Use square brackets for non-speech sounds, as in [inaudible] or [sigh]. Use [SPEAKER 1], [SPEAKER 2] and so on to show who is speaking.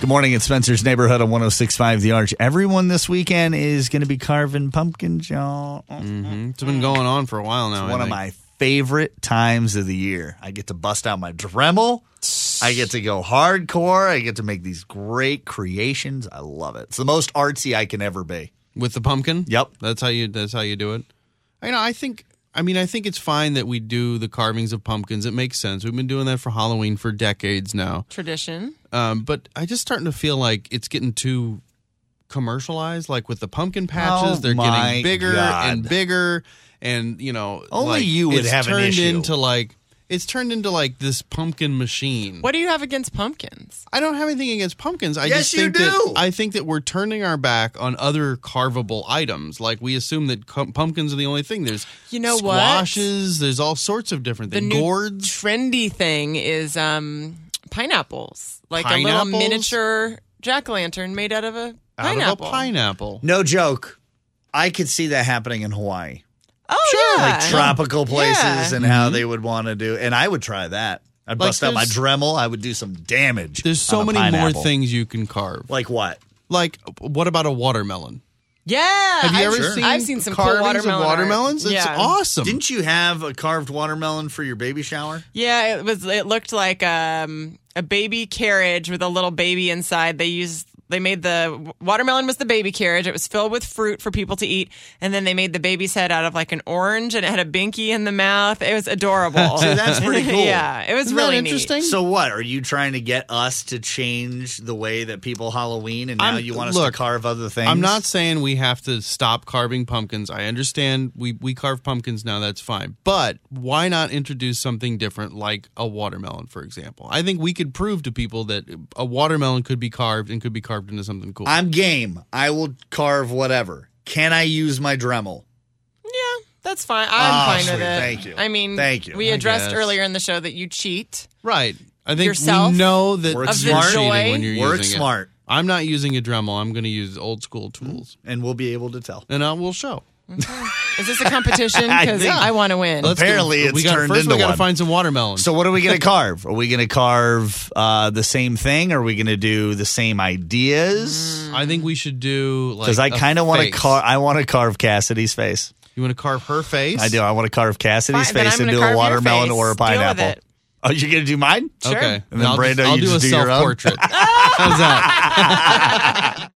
[SPEAKER 1] Good morning. It's Spencer's Neighborhood on 1065 The Arch. Everyone this weekend is going to be carving pumpkins, y'all.
[SPEAKER 2] It's been going on for a while now. I
[SPEAKER 1] One of
[SPEAKER 2] think.
[SPEAKER 1] my favorite times of the year. I get to bust out my Dremel. I get to go hardcore. I get to make these great creations. I love it. It's the most artsy I can ever be.
[SPEAKER 2] with the pumpkin.
[SPEAKER 1] Yep.
[SPEAKER 2] that's how you. That's how you do it. You know, I think. I mean, I think it's fine that we do the carvings of pumpkins. It makes sense. We've been doing that for Halloween for decades now.
[SPEAKER 3] Tradition.
[SPEAKER 2] Um, but I just starting to feel like it's getting too commercialized. Like with the pumpkin patches,
[SPEAKER 1] Oh
[SPEAKER 2] they're
[SPEAKER 1] my
[SPEAKER 2] getting bigger
[SPEAKER 1] God.
[SPEAKER 2] and bigger, and you know,
[SPEAKER 1] Only
[SPEAKER 2] like,
[SPEAKER 1] you would
[SPEAKER 2] it's
[SPEAKER 1] have an
[SPEAKER 2] turned
[SPEAKER 1] issue.
[SPEAKER 2] into like it's turned into like this pumpkin machine.
[SPEAKER 3] What do you have against pumpkins?
[SPEAKER 2] I don't have anything against pumpkins. I
[SPEAKER 1] Yes,
[SPEAKER 2] just
[SPEAKER 1] you
[SPEAKER 2] think
[SPEAKER 1] do.
[SPEAKER 2] that I think that we're turning our back on other carvable items. Like we assume that com- pumpkins are the only thing. There's
[SPEAKER 3] You know what?
[SPEAKER 2] squashes. There's all sorts of different
[SPEAKER 3] The
[SPEAKER 2] things.
[SPEAKER 3] new
[SPEAKER 2] Gourds.
[SPEAKER 3] trendy thing is um, pineapples, like a little
[SPEAKER 2] Pineapples?
[SPEAKER 3] miniature jack o' lantern made out of a
[SPEAKER 2] Out
[SPEAKER 3] pineapple.
[SPEAKER 2] of a pineapple.
[SPEAKER 1] No joke. I could see that happening in Hawaii.
[SPEAKER 3] Oh
[SPEAKER 2] Sure,
[SPEAKER 3] yeah,
[SPEAKER 2] like
[SPEAKER 1] Tropical places
[SPEAKER 3] Yeah.
[SPEAKER 1] and
[SPEAKER 2] Mm-hmm.
[SPEAKER 1] how they would want to do. And I would try that. I'd
[SPEAKER 2] Like
[SPEAKER 1] bust out my
[SPEAKER 2] there's-
[SPEAKER 1] Dremel. I would do some damage.
[SPEAKER 2] There's
[SPEAKER 1] on
[SPEAKER 2] so
[SPEAKER 1] a
[SPEAKER 2] many
[SPEAKER 1] pineapple.
[SPEAKER 2] more things you can carve.
[SPEAKER 1] Like what?
[SPEAKER 2] Like, what about a watermelon?
[SPEAKER 3] yeah.
[SPEAKER 2] Have you
[SPEAKER 3] I've,
[SPEAKER 2] ever
[SPEAKER 3] sure.
[SPEAKER 2] seen?
[SPEAKER 3] I've seen some cool
[SPEAKER 2] carvings
[SPEAKER 3] watermelon
[SPEAKER 2] of
[SPEAKER 3] art.
[SPEAKER 2] watermelons. It's
[SPEAKER 3] yeah.
[SPEAKER 2] awesome.
[SPEAKER 1] Didn't you have a carved watermelon for your baby shower?
[SPEAKER 3] Yeah, it was. It looked like um, a baby carriage with a little baby inside. They used. They made the watermelon was the baby carriage. It was filled with fruit for people to eat, and then they made the baby's head out of like an orange, and it had a binky in the mouth. It was adorable.
[SPEAKER 1] [laughs] See, [laughs] that's
[SPEAKER 3] [laughs]
[SPEAKER 1] pretty cool.
[SPEAKER 3] yeah, it was
[SPEAKER 2] Isn't
[SPEAKER 3] really
[SPEAKER 2] that interesting?
[SPEAKER 3] Neat.
[SPEAKER 1] So what are you trying to get us to change the way that people Halloween and now
[SPEAKER 2] I'm-
[SPEAKER 1] you want us
[SPEAKER 2] look,
[SPEAKER 1] to carve other things?
[SPEAKER 2] I'm not saying we have to stop carving pumpkins. I understand we, we carve pumpkins now, that's fine. But why not introduce something different like a watermelon, for example? I think we could prove to people that a watermelon could be carved and could be carved into something cool.
[SPEAKER 1] I'm game. I will carve whatever. Can I use my Dremel?
[SPEAKER 3] Yeah, that's fine.
[SPEAKER 1] Ah,
[SPEAKER 3] I'm fine
[SPEAKER 1] sweet.
[SPEAKER 3] with it.
[SPEAKER 1] Thank you.
[SPEAKER 3] I mean,
[SPEAKER 1] Thank you.
[SPEAKER 3] We
[SPEAKER 1] I
[SPEAKER 3] addressed
[SPEAKER 2] guess.
[SPEAKER 3] earlier in the show that you cheat.
[SPEAKER 2] right. I think
[SPEAKER 3] Yourself?
[SPEAKER 2] we know that
[SPEAKER 1] Work
[SPEAKER 2] you're
[SPEAKER 1] smart.
[SPEAKER 2] cheating
[SPEAKER 3] Of the
[SPEAKER 2] when you're
[SPEAKER 1] Work
[SPEAKER 2] using it.
[SPEAKER 1] smart, Mm.
[SPEAKER 2] I'm not using a Dremel. I'm going to use old school tools,
[SPEAKER 1] and we'll be able to tell.
[SPEAKER 2] and I will show.
[SPEAKER 3] Is this a
[SPEAKER 1] [laughs]
[SPEAKER 3] competition?
[SPEAKER 1] I
[SPEAKER 3] Because
[SPEAKER 1] think-
[SPEAKER 3] I, want to win.
[SPEAKER 2] Let's go.
[SPEAKER 1] Apparently, it's
[SPEAKER 2] we gotta-
[SPEAKER 1] turned
[SPEAKER 2] first
[SPEAKER 1] into
[SPEAKER 2] we gotta
[SPEAKER 1] one.
[SPEAKER 2] find some watermelons.
[SPEAKER 1] So what are we going to carve? Are we going to carve uh, the same thing? Are we going to do the same ideas?
[SPEAKER 2] I think we should do Mm, like
[SPEAKER 1] Because I
[SPEAKER 2] a
[SPEAKER 1] kind of want to
[SPEAKER 2] face.
[SPEAKER 1] carve. I want to carve Cassidy's face.
[SPEAKER 2] You want to carve her face?
[SPEAKER 1] I do. I want to carve Cassidy's
[SPEAKER 3] Fine, then
[SPEAKER 1] face
[SPEAKER 3] I'm
[SPEAKER 1] and
[SPEAKER 3] gonna
[SPEAKER 1] do a
[SPEAKER 3] carve your
[SPEAKER 1] watermelon
[SPEAKER 3] face.
[SPEAKER 1] or a
[SPEAKER 3] Deal with
[SPEAKER 1] pineapple.
[SPEAKER 3] it.
[SPEAKER 1] Oh, you're going to do mine?
[SPEAKER 3] Sure.
[SPEAKER 2] Okay.
[SPEAKER 1] And then,
[SPEAKER 2] I'll
[SPEAKER 1] Brando,
[SPEAKER 2] just, I'll
[SPEAKER 1] you
[SPEAKER 2] do
[SPEAKER 1] just do
[SPEAKER 2] a
[SPEAKER 1] your own?
[SPEAKER 2] self portrait. How's that?